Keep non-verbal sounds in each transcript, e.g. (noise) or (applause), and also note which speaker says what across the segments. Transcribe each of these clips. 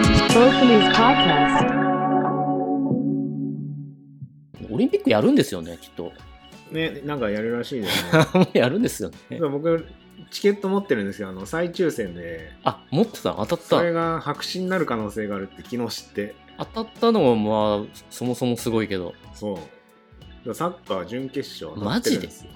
Speaker 1: Hercules Podcast.
Speaker 2: オリンピックやるんですよね、きっ
Speaker 3: (laughs)
Speaker 2: と。
Speaker 3: ね、なんかやるらしいですね。
Speaker 2: (laughs) もうやるんですよね。
Speaker 3: そう僕、チケット持ってるんですよ。あの、再抽選で。
Speaker 2: あ、持ってた、当た
Speaker 3: そ
Speaker 2: っ
Speaker 3: れが白紙になる可能性があるって昨日知って。
Speaker 2: た。当たったのは、まあ、そもそもすごいけど。
Speaker 3: そう。サッカー準決勝当たってるんですよ。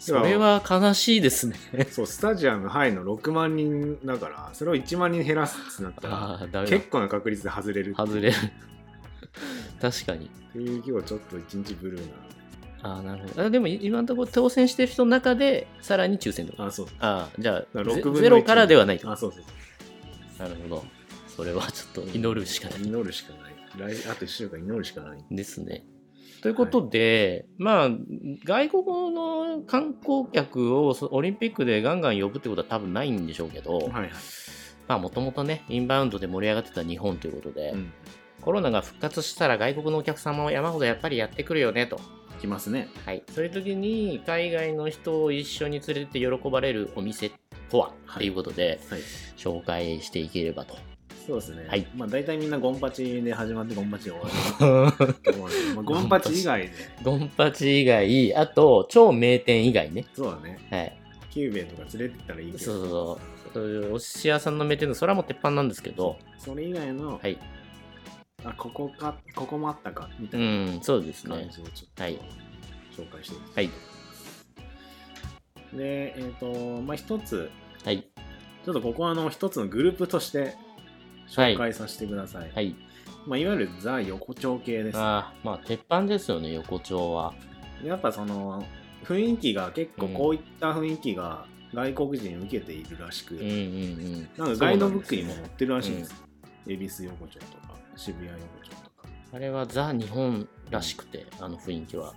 Speaker 2: それは悲しいですね。
Speaker 3: そう、スタジアム範囲の6万人だから、それを1万人減らすってなったら、
Speaker 2: ああ、だめだ
Speaker 3: 結。構な確率で外れるっ
Speaker 2: 外れる。 (laughs) 確かに。
Speaker 3: ていう今日ちょっと一日ブルー
Speaker 2: ああ、なるほど。あでも、今のところ当選してる人の中で、さらに抽選とか。
Speaker 3: な。あ、そう。
Speaker 2: ああ、じゃあ、
Speaker 3: だから6
Speaker 2: ゼ
Speaker 3: 分の1
Speaker 2: ゼロからではないと。
Speaker 3: あ、そうそうそう。
Speaker 2: なるほど。それはちょっと祈るしかない。
Speaker 3: 祈るしかない。来あと1週間祈るしかない。
Speaker 2: ですね。ということで、まあ、外国の観光客をそオリンピックでガンガン呼ぶってことは多分ないんでしょうけど、
Speaker 3: はいはい。
Speaker 2: まあもともとね、インバウンドで盛り上がってた日本ということで、
Speaker 3: うん。
Speaker 2: コロナが復活したら外国のお客様は山ほどやっぱりやってくるよねと。
Speaker 3: 来ますね。
Speaker 2: はい。そういう時に、海外の人を一緒に連れて喜ばれるお店とは
Speaker 3: はい
Speaker 2: っていうことで、
Speaker 3: はい。
Speaker 2: 紹介していければと。 (laughs)
Speaker 3: そうですね。
Speaker 2: はい
Speaker 3: まあ大体みんなゴンパチで始まってゴンパチで終わると思
Speaker 2: (laughs)
Speaker 3: うんですけど。まあゴンパチ以外で、
Speaker 2: ドンパチ以外、あと、超名店以外ね。
Speaker 3: そうだね。
Speaker 2: はい。
Speaker 3: キューベとか連れてったらいいけ
Speaker 2: そう
Speaker 3: ど、
Speaker 2: そうそうそういうお寿司屋さんの名店のそれはもう鉄板なんですけど
Speaker 3: それ以外の、
Speaker 2: はい
Speaker 3: あ、ここか、ここもあったか、みた
Speaker 2: う
Speaker 3: いなん
Speaker 2: そうです
Speaker 3: 感
Speaker 2: ね
Speaker 3: じでちょっと、
Speaker 2: はい
Speaker 3: 紹介してみます。
Speaker 2: はい
Speaker 3: で、えっ、と、まあ一つ、
Speaker 2: はい
Speaker 3: ちょっとここはあの一つのグループとして紹介させてください。い
Speaker 2: はい
Speaker 3: まあ、いわゆるザ横丁系です。
Speaker 2: あーまあ鉄板ですよね横丁は
Speaker 3: やっぱその雰囲気が結構こういった雰囲気が外国人受けているらしく、
Speaker 2: うんうんうん
Speaker 3: なんかガイドブックにも載ってるらしいです
Speaker 2: そ。
Speaker 3: 恵比寿横丁とか渋谷横丁とか。
Speaker 2: あれはザ日本らしくてあの雰囲気は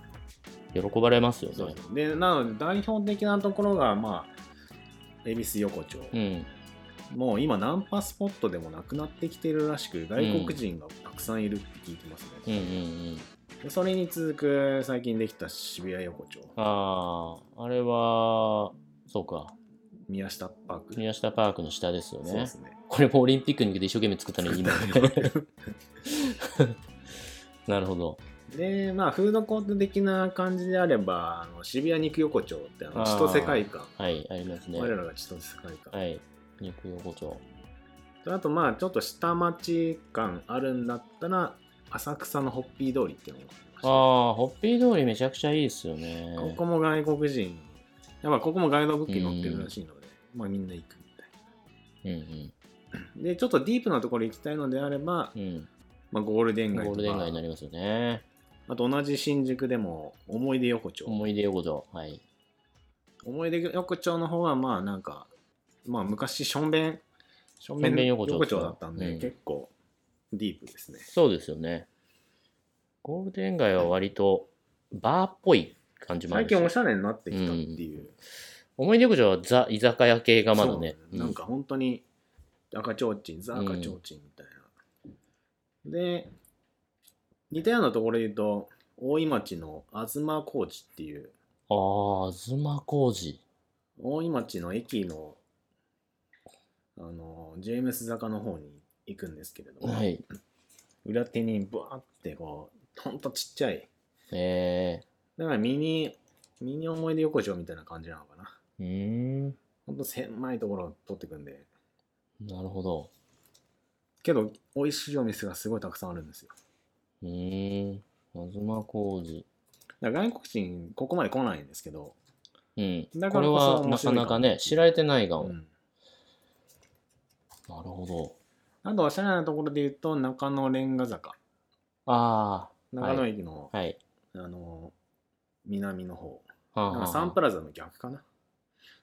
Speaker 2: 喜ばれますよ
Speaker 3: そう
Speaker 2: ね
Speaker 3: でなので代表的なところがまあ恵比寿横丁、
Speaker 2: うん
Speaker 3: もう今ナンパスポットでもなくなってきてるらしく外国人がたくさんいるって聞いてます
Speaker 2: うんうんう
Speaker 3: ね、
Speaker 2: ん
Speaker 3: でそれに続く最近できた渋谷横丁
Speaker 2: あああれはそうか
Speaker 3: 宮下パーク
Speaker 2: 宮下パークの下ですよ
Speaker 3: そうで
Speaker 2: ね
Speaker 3: すね
Speaker 2: これもオリンピックに向けて一生懸命作ったのに
Speaker 3: (laughs)
Speaker 2: 今 (laughs) なるほど
Speaker 3: でまあフードコート的な感じであればあの渋谷肉横丁ってあの
Speaker 2: あー
Speaker 3: 千歳会館
Speaker 2: はい、ありますね。
Speaker 3: 我らが千歳会館、
Speaker 2: はい。肉横丁。
Speaker 3: とあとまあちょっと下町感あるんだったら浅草のホッピー通りっていうの
Speaker 2: あ
Speaker 3: があ
Speaker 2: あ、ホッピー通りめちゃくちゃいいですよね
Speaker 3: りまし。たここも外国人やっぱここもガイドブックに載ってるらしいので、まあみんな行くみたい
Speaker 2: うんうん。
Speaker 3: なでちょっとディープなところ行きたいのであれば、
Speaker 2: うん。
Speaker 3: まあ、ゴールデン街
Speaker 2: ゴールデン街にな
Speaker 3: とか
Speaker 2: りますよね。
Speaker 3: あと同じ新宿でも思い出横丁
Speaker 2: 思い出横丁。はい。
Speaker 3: 思い出横丁の方はまあなんかまあ昔しょんべんしょんべ
Speaker 2: しょんべん
Speaker 3: ん
Speaker 2: 横
Speaker 3: 横
Speaker 2: 丁
Speaker 3: 丁だったんで、
Speaker 2: うん
Speaker 3: 結構ディープですね
Speaker 2: そうですよね。ゴールデン街は割とバーっぽい感じもあ
Speaker 3: 最
Speaker 2: るし
Speaker 3: 近おしゃれになってきたっていう、
Speaker 2: 思い出横丁はザ居酒屋系がまだね
Speaker 3: そ
Speaker 2: う
Speaker 3: う。なんか本当に赤ちょうちんザ赤ちょうちんみたいな、で似たようなところで言うと大井町の東高地っていう
Speaker 2: ああ、東小路。
Speaker 3: 大井町の駅のあのジェームス坂の方に行くんですけれども、
Speaker 2: はい。
Speaker 3: 裏手にブワーってこうほんとちっちゃい
Speaker 2: え
Speaker 3: だからミニミニ思い出横丁みたいな感じなのかな
Speaker 2: えー。うーん。
Speaker 3: ほんと狭いところを取ってくんで
Speaker 2: なるほど。
Speaker 3: けど美味しいお店がすごいたくさんあるんですよ
Speaker 2: うーん。東小路。
Speaker 3: だから外国人ここまで来ないんですけど、
Speaker 2: うん、
Speaker 3: だ
Speaker 2: こ
Speaker 3: か
Speaker 2: れ
Speaker 3: らこそ
Speaker 2: はな
Speaker 3: 面
Speaker 2: か
Speaker 3: 白いかも
Speaker 2: なかね知られてないが
Speaker 3: う、
Speaker 2: も、なんるほど
Speaker 3: あとおしゃれなところで言うと中野レンガ坂
Speaker 2: ああ
Speaker 3: 長野駅の、
Speaker 2: はい
Speaker 3: あの南の方
Speaker 2: はあ
Speaker 3: なん
Speaker 2: は
Speaker 3: か
Speaker 2: あ
Speaker 3: サンプラザの逆かな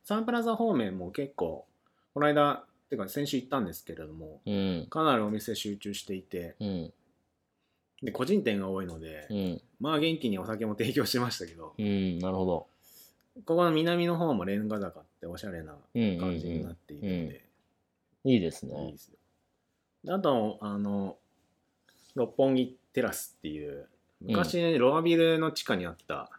Speaker 3: サンプラザ方面も結構この間てか先週行ったんですけれども
Speaker 2: うん
Speaker 3: かなりお店集中していて
Speaker 2: うん
Speaker 3: で個人店が多いので、
Speaker 2: うん
Speaker 3: まあ元気にお酒も提供しましたけど
Speaker 2: うんなるほど
Speaker 3: ここの南の方もレンガ坂っておしゃれな
Speaker 2: うんうん、う
Speaker 3: 感じになっ
Speaker 2: ん、
Speaker 3: ているので、
Speaker 2: いいです
Speaker 3: いい
Speaker 2: ね
Speaker 3: ですよあとあの六本木テラスっていう昔、ロアビルの地下にあった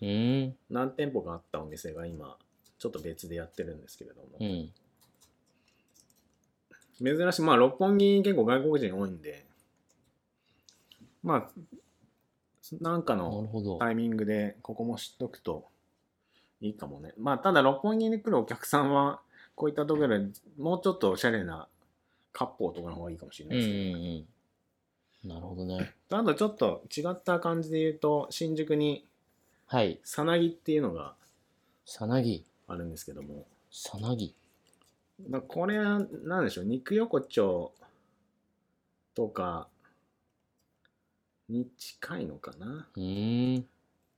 Speaker 2: うん
Speaker 3: 何店舗かあったお店が今ちょっと別でやってるんですけれども、
Speaker 2: うん
Speaker 3: 珍しいまあ六本木結構外国人多いんでまあなんか
Speaker 2: な
Speaker 3: の
Speaker 2: るほど。
Speaker 3: タイミングでここも知っとくといいかもねまあただ六本木に来るお客さんはこういったところでもうちょっとおしゃれな割烹とかの方がいいかもしれ
Speaker 2: う
Speaker 3: なんいうですね、
Speaker 2: んうん。なるほどね。
Speaker 3: あとちょっと違った感じで言うと新宿に
Speaker 2: はい。
Speaker 3: さなぎっていうのが
Speaker 2: さなぎ。
Speaker 3: あるんですけども
Speaker 2: さなぎ。
Speaker 3: だこれは何でしょう肉横丁とかに近いのかな
Speaker 2: うーん。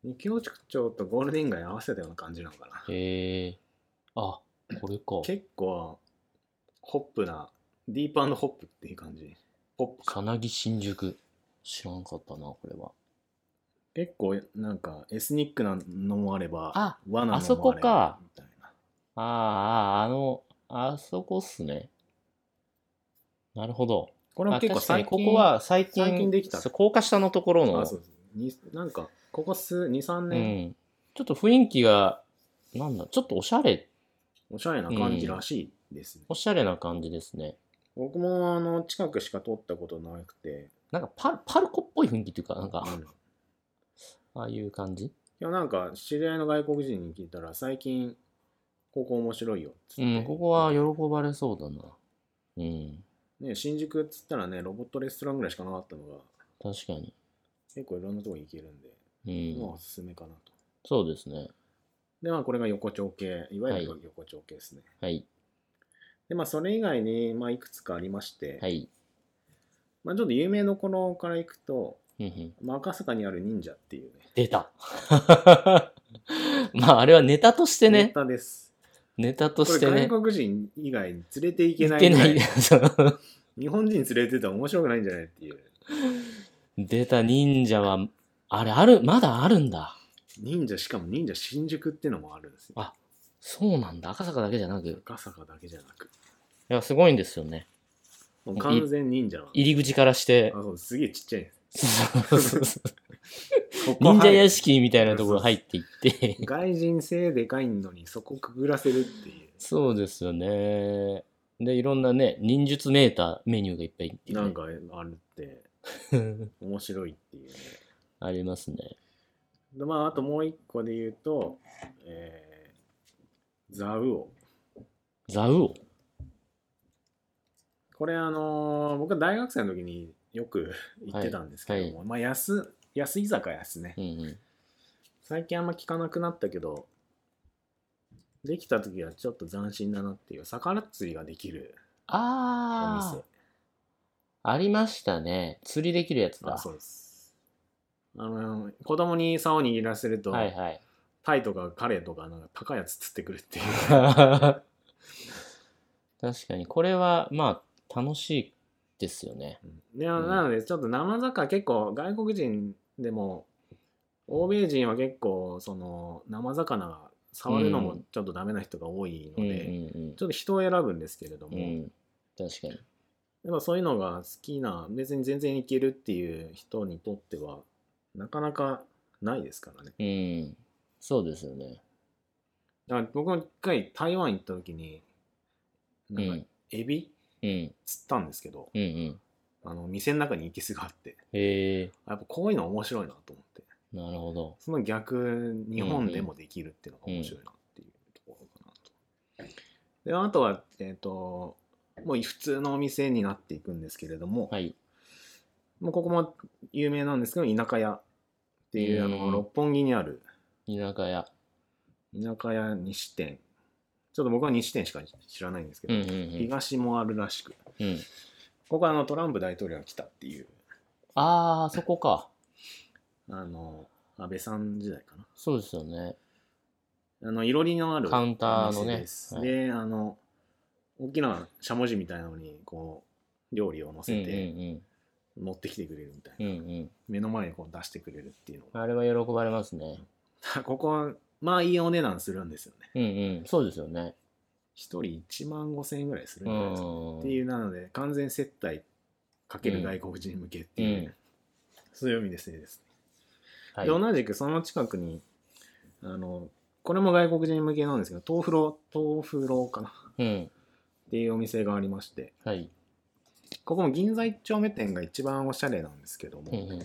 Speaker 3: 肉横丁とゴールデン街合わせたような感じなのかな
Speaker 2: へえ。あ、これか。
Speaker 3: 結構ホップなディープホップっていう感じポップ
Speaker 2: さ
Speaker 3: か
Speaker 2: なぎ新宿。知らんかったな、これは。
Speaker 3: 結構なんかエスニックなのもあれば
Speaker 2: あ
Speaker 3: 和なのもあれば
Speaker 2: あそこか
Speaker 3: みたいな
Speaker 2: ああ、あの、あそこっすね。なるほど。
Speaker 3: これも
Speaker 2: あ
Speaker 3: 結構
Speaker 2: 確かに
Speaker 3: 最
Speaker 2: こ
Speaker 3: 近
Speaker 2: こは最近、
Speaker 3: 最近できた
Speaker 2: そう高架下のところの、
Speaker 3: あそうそうになんかここ数23
Speaker 2: う
Speaker 3: 年、
Speaker 2: ん。ちょっと雰囲気が、なんだ、ちょっとおしゃれ、
Speaker 3: おしゃれな感じらしいですね、
Speaker 2: おしゃれな感じですね。
Speaker 3: 僕もあの近くしか通ったことなくて、
Speaker 2: なんかパル、パルコっぽい雰囲気というか、なんか
Speaker 3: う、ん、い
Speaker 2: ああいう感じ。
Speaker 3: やなんか知り合いの外国人に聞いたら最近ここ面白いよっつって、
Speaker 2: うん、ここは喜ばれそうだな。うん、
Speaker 3: ね、新宿っつったらねロボットレストランぐらいしかなかったのが
Speaker 2: 確かに。
Speaker 3: 結構いろんなとこ行けるんで、
Speaker 2: う
Speaker 3: まあお
Speaker 2: ん、
Speaker 3: すすめかなと
Speaker 2: そうですね。
Speaker 3: でまあこれが横丁系いわゆ
Speaker 2: は
Speaker 3: る横丁系ですね、
Speaker 2: はい、
Speaker 3: でまあそれ以外に、まあ、いくつかありまして、
Speaker 2: はい。
Speaker 3: まあ、ちょっと有名どころから行くと、
Speaker 2: うんうん
Speaker 3: まあ、赤坂にある忍者っていうね
Speaker 2: 出た。 (laughs) まあ、あれはネタとして
Speaker 3: ネ
Speaker 2: ね、
Speaker 3: タです
Speaker 2: ネタと
Speaker 3: これ
Speaker 2: してね、
Speaker 3: 外国人以外に連れていけない
Speaker 2: 出
Speaker 3: ぐ
Speaker 2: な
Speaker 3: らい
Speaker 2: い。そう
Speaker 3: 日本人連れてたら面白くないんじゃないっていう
Speaker 2: 出た忍者は、あれ、ある、まだあるんだ。
Speaker 3: 忍者しかも忍者新宿ってのもあるんですよ
Speaker 2: あそうなんだ。赤坂だけじゃなく。い
Speaker 3: 赤坂だけじゃなく
Speaker 2: や、すごいんですよね。
Speaker 3: もう完全忍者なの
Speaker 2: 入り口からして
Speaker 3: あ、そうすげえちっちゃいです
Speaker 2: そうそうそう忍
Speaker 3: ここ入る
Speaker 2: 者屋敷みたいなところ入っていって。
Speaker 3: 外人性でかいのにそこくぐらせるってい
Speaker 2: そうですよね。で、いろんなね、忍術メーターメニューがいっぱいって
Speaker 3: う
Speaker 2: いうね
Speaker 3: なんかあるって面白いっていうね
Speaker 2: ありますね。
Speaker 3: でまああともう一個で言うとえー、ザウオ
Speaker 2: ザウオ。
Speaker 3: これあのー僕は大学生の時によく行ってたんですけども、まあ安安居酒屋ですね
Speaker 2: うんうん。
Speaker 3: 最近あんま聞かなくなったけどできた時はちょっと斬新だなっていう魚釣りができるお
Speaker 2: あ
Speaker 3: 店
Speaker 2: ー、ありましたね。釣りできるやつだ。
Speaker 3: あそうですあの子供に竿を握らせると、
Speaker 2: はいはい。 (laughs)
Speaker 3: タイとかカレイとかなんか高いやつ釣ってくるっていう
Speaker 2: 確かに、これは、まあ、楽しいですよね。
Speaker 3: うんでななのでちょっと生魚結構外国人でも欧米人は結構その生魚が触るのもちょっとダメな人が多い
Speaker 2: うん
Speaker 3: の
Speaker 2: う
Speaker 3: で、
Speaker 2: ん
Speaker 3: ちょっと人を選ぶんですけれど
Speaker 2: うん。う
Speaker 3: も、
Speaker 2: ん。確かに。
Speaker 3: やっぱそういうのが好きな、別に全然いけるっていう人にとっては、なかなかないですからね。
Speaker 2: うん。そうですよね。
Speaker 3: だから僕も一回台湾行った時に、
Speaker 2: う
Speaker 3: なんか
Speaker 2: ん。
Speaker 3: エビ
Speaker 2: うん。
Speaker 3: 釣ったんですけど、
Speaker 2: うんうん。
Speaker 3: あの店の中に生けすがあって、
Speaker 2: へえ
Speaker 3: やっぱこういうの面白いなと思って、
Speaker 2: ー、なるほど。
Speaker 3: その逆、日本でもできるっていうのが面白いなっていうところかなと。で、あとは、えっ、と、もう普通のお店になっていくんですけれども、
Speaker 2: はい。
Speaker 3: もうここも有名なんですけど、田舎屋っていう、あ
Speaker 2: う
Speaker 3: の、
Speaker 2: ん
Speaker 3: 六本木にある
Speaker 2: 田舎屋。
Speaker 3: 田舎屋西店。ちょっと僕は西店しか知らないんですけ
Speaker 2: う
Speaker 3: ど、
Speaker 2: んうんうん。
Speaker 3: 東もあるらしく。
Speaker 2: うん、
Speaker 3: ここはあのトランプ大統領が来たっていう、
Speaker 2: ああ、そこか。
Speaker 3: あの、安倍さん時代か
Speaker 2: そうですよね。
Speaker 3: な。あの、いろりのある
Speaker 2: カウンターのね
Speaker 3: お店です
Speaker 2: はい
Speaker 3: で、あの、大きなしゃもじみたいなのに、こう、料理を乗
Speaker 2: うんう
Speaker 3: せて
Speaker 2: ん
Speaker 3: 持ってきてくれるみたい
Speaker 2: うん。う
Speaker 3: な。
Speaker 2: ん
Speaker 3: 目の前にこう出してくれるっていうの (laughs)
Speaker 2: うん。あれは喜ばれますね。
Speaker 3: が。ここ、まあいいお値段するんですよね。
Speaker 2: うんうん。そうですよね。
Speaker 3: 一人1万5千円ぐらいする
Speaker 2: うん
Speaker 3: じゃないですか、
Speaker 2: ん。
Speaker 3: っていうなので完全接待かける外国人向けっていう、
Speaker 2: うん
Speaker 3: そういう意味ですねです、
Speaker 2: はい。
Speaker 3: で同じくその近くにあのこれも外国人向けなんですけど豆腐ロ豆腐ロかなっ
Speaker 2: うん。
Speaker 3: てっていうお店がありまして、
Speaker 2: はい。
Speaker 3: ここも銀座一丁目店が一番おしゃれなんですけども、
Speaker 2: うんうん。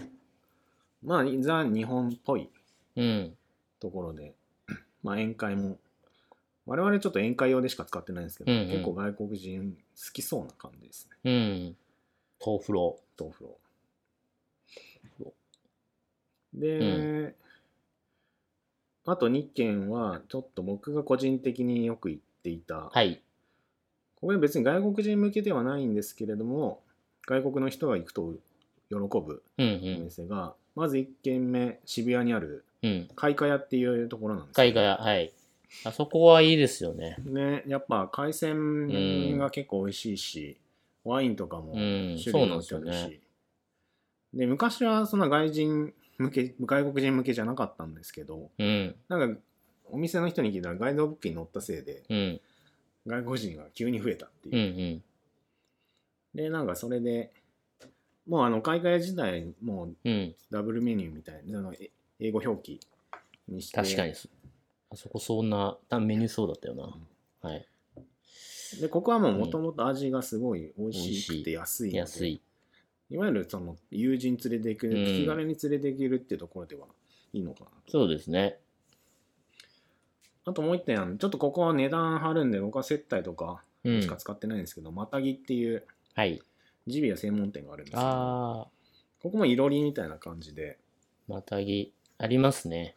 Speaker 3: まあ、ザ日本っぽい
Speaker 2: うん。
Speaker 3: ところで、 (clears throat) まあ、宴会も、我々ちょっと宴会用でしか使ってないんですけど、
Speaker 2: うんうん
Speaker 3: 結構外国人好きそうな感じですね、
Speaker 2: うん。豆腐ロ
Speaker 3: 豆腐を
Speaker 2: そ。
Speaker 3: で、
Speaker 2: う
Speaker 3: あと2軒は、ちょっと僕が個人的によく行っていた、
Speaker 2: はい。
Speaker 3: ここれ別に外国人向けではないんですけれども、外国の人が行くと喜ぶ
Speaker 2: うん
Speaker 3: お店が、まず1軒目、渋谷にある
Speaker 2: うん。うん。
Speaker 3: 開花屋っていうところなんです
Speaker 2: 海外、はい。あそこはいいですよね。
Speaker 3: ね、やっぱ海鮮が結構美味しいし、ワインとかも
Speaker 2: う
Speaker 3: 種
Speaker 2: ん。そう
Speaker 3: 類
Speaker 2: なん
Speaker 3: が多
Speaker 2: で
Speaker 3: く
Speaker 2: す
Speaker 3: て
Speaker 2: よ
Speaker 3: 美味しい
Speaker 2: ね。
Speaker 3: で昔はそんな外人向け外国人向けじゃなかったんですけど
Speaker 2: うん。
Speaker 3: なんかお店の人に聞いたらガイドブックに載ったせいで
Speaker 2: うん。
Speaker 3: 外国人が急に増えたっていう
Speaker 2: う、ん
Speaker 3: でなんかそれでもうあの海外時代もう
Speaker 2: うん。うん。
Speaker 3: ダブルメニューみたいなあのえ英語表記にして
Speaker 2: 確かに。あそこそんな、単メニューそうだったよな。はい。
Speaker 3: でここはもうもともと味がすごい美味し
Speaker 2: 美味
Speaker 3: く
Speaker 2: しい
Speaker 3: て安いので
Speaker 2: 安い。
Speaker 3: いわゆるその友人連れて行く、
Speaker 2: うん
Speaker 3: 気軽に連れて行けるっていうところではいいのかなと。
Speaker 2: そうですね。
Speaker 3: あともう一点、ちょっとここは値段張るんで、僕は接待とか
Speaker 2: うん
Speaker 3: し。か使ってないんですけど、またぎっていう
Speaker 2: はい。
Speaker 3: ジビエ専門店があるんですけど、
Speaker 2: あ
Speaker 3: ここもいろりみたいな感じで、
Speaker 2: ー、またぎ、ありますね。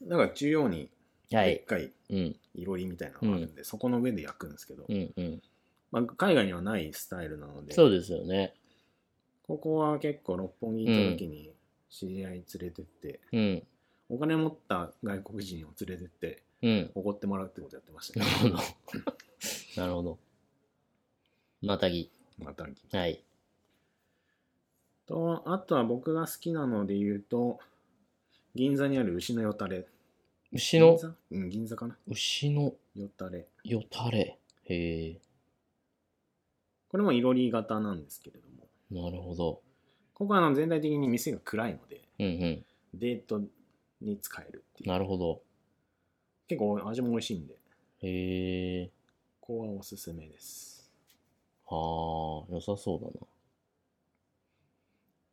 Speaker 3: なんか中央に
Speaker 2: は
Speaker 3: で
Speaker 2: い
Speaker 3: っ。かい
Speaker 2: うん。
Speaker 3: いろりみたいなのがあるんで、そこの上で焼くんですけど、
Speaker 2: うんうん。
Speaker 3: まあ、海外にはないスタイルなので、
Speaker 2: そうですよね。
Speaker 3: ここは結構六本木行った時に知り合い連れてって、
Speaker 2: うん。
Speaker 3: お金持った外国人を連れてって、
Speaker 2: うん。 (laughs)
Speaker 3: 怒ってもらうってことやってました
Speaker 2: な
Speaker 3: ね
Speaker 2: るほど。 (laughs) なるほど。またぎ。
Speaker 3: またぎ。
Speaker 2: はい。
Speaker 3: とあとは僕が好きなので言うと銀座にある牛のよたれ
Speaker 2: 牛の
Speaker 3: 銀、座うん銀座かな
Speaker 2: 牛の
Speaker 3: よたれ
Speaker 2: よたれ。へえ。
Speaker 3: これもいろり型なんですけれども
Speaker 2: なるほど。
Speaker 3: ここはあの全体的に店が暗いので
Speaker 2: うんうん。
Speaker 3: デートに使えるっていう
Speaker 2: なるほど。
Speaker 3: 結構味も美味しいんで
Speaker 2: へえ。
Speaker 3: ここはおすすめです
Speaker 2: はあ、良さそうだ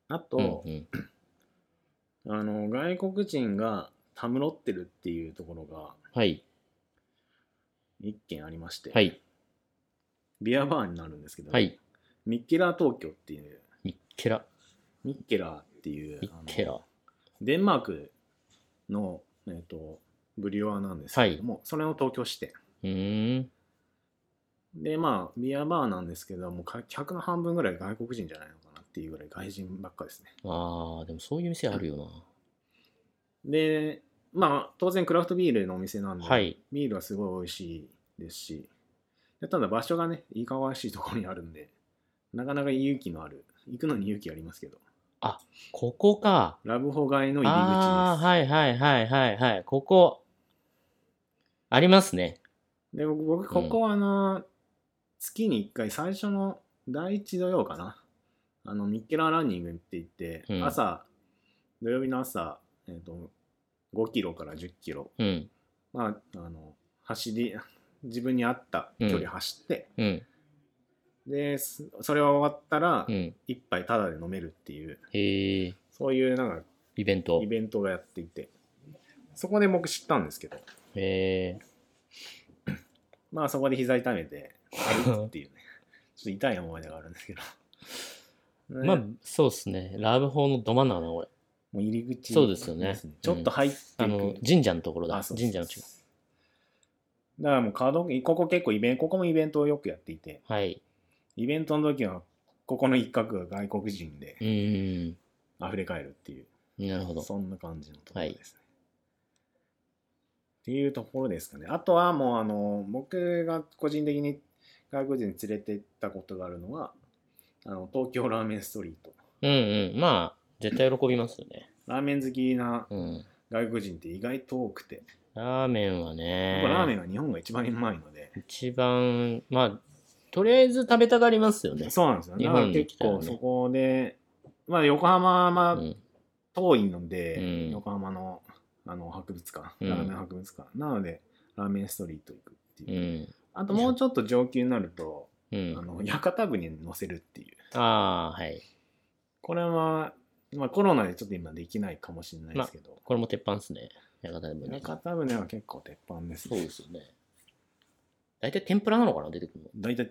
Speaker 2: な。
Speaker 3: あと、
Speaker 2: うんうん、
Speaker 3: あの外国人がたむろってるっていうところが
Speaker 2: はい。
Speaker 3: 一軒ありまして、
Speaker 2: はい。
Speaker 3: ビアバーになるんですけど、
Speaker 2: はい。
Speaker 3: ミッケラー東京っていう
Speaker 2: ミッケラ。
Speaker 3: ミッケラーっていう
Speaker 2: ミッケ
Speaker 3: あ
Speaker 2: ラ
Speaker 3: の。デンマークの、えー、とブリュワーなんですけれども、それの東京支店
Speaker 2: うーん。
Speaker 3: でまあビアバーなんですけどもうか客の半分ぐらい外国人じゃないのかなっていうぐらい外人ばっかですね
Speaker 2: ああ、でもそういう店あるよ
Speaker 3: でまあ当然クラフトビールのお店なん
Speaker 2: な。
Speaker 3: で、
Speaker 2: はい。
Speaker 3: ビールはすごい美味しいですしでただ場所がねいかがわしいところにあるんでなかなか勇気のある行くのに勇気ありますけど
Speaker 2: ここか。
Speaker 3: ラブホ街の入り口です
Speaker 2: ああ、はいはいはいはいはい。ここ、ありますね。
Speaker 3: で僕僕ここはあの、月に1回最初の第1土曜かなあのミッケラーランニングって言って、
Speaker 2: うん
Speaker 3: 朝土曜日の朝、えー、と5キロから1 0キロ、
Speaker 2: うん。
Speaker 3: まあ、あの走り自分に合った距離走って、
Speaker 2: うん。
Speaker 3: ですそれが終わったら
Speaker 2: うん。
Speaker 3: 一杯タダで飲めるっていう
Speaker 2: へえ、
Speaker 3: そういうなんか
Speaker 2: イベント
Speaker 3: イ。ベントがやっていてそこで僕知ったんですけど
Speaker 2: へえ。
Speaker 3: まあそこで膝痛めて
Speaker 2: (laughs)
Speaker 3: 歩くっていうねちょっと痛い思い出があるんですけど、ね
Speaker 2: まあ
Speaker 3: も、
Speaker 2: そうっすね。ラブホのど真ん中だな、これ。
Speaker 3: う入り口
Speaker 2: そうですよね
Speaker 3: ちょっと入っていく、
Speaker 2: あの、神社のところだ。
Speaker 3: あそうそう
Speaker 2: 神社の近く。
Speaker 3: だからもう角ここ結構イベントここもイベントをよくやっていて
Speaker 2: はい。
Speaker 3: イベントの時はここの一角が外国人で
Speaker 2: うーん。
Speaker 3: 溢れ返るっていう、
Speaker 2: なるほど。
Speaker 3: そんな感じのところですね、っていうところですかねあとはもうあの僕が個人的に外国人に連れてったことがあるのはあの東京ラーメンストリート
Speaker 2: うんうん。まあ、絶対喜びますよね。
Speaker 3: ラーメン好きな
Speaker 2: うん。
Speaker 3: 外国人って意外と多くて、
Speaker 2: ラーメンはね
Speaker 3: やっ、ぱラーメンが日本が一番うまいので、
Speaker 2: 一番、まあ、とりあえず食べたがりますよね。
Speaker 3: そうなんですよ。
Speaker 2: 日
Speaker 3: だ
Speaker 2: 本
Speaker 3: から
Speaker 2: に来
Speaker 3: 結
Speaker 2: たらね
Speaker 3: 構そこで、まあ横浜
Speaker 2: う
Speaker 3: は
Speaker 2: ん。
Speaker 3: 遠いので、
Speaker 2: うん
Speaker 3: 横浜のあの博物館、
Speaker 2: うん
Speaker 3: ラーメン博物館、なのでラーメンストリート行くって
Speaker 2: う
Speaker 3: いう、
Speaker 2: ん。
Speaker 3: あともうちょっと上級になると、
Speaker 2: う
Speaker 3: あ
Speaker 2: ん。
Speaker 3: の屋形船に乗せるっていう
Speaker 2: ああー、はい。
Speaker 3: これは、まあ、コロナでちょっと今できないかもしれないですけど、
Speaker 2: これも鉄板っすね。屋形でもね
Speaker 3: 屋。形船は結構鉄板です
Speaker 2: そう
Speaker 3: ね
Speaker 2: ですよね。大体天ぷらなのかな出てくるの。
Speaker 3: 大体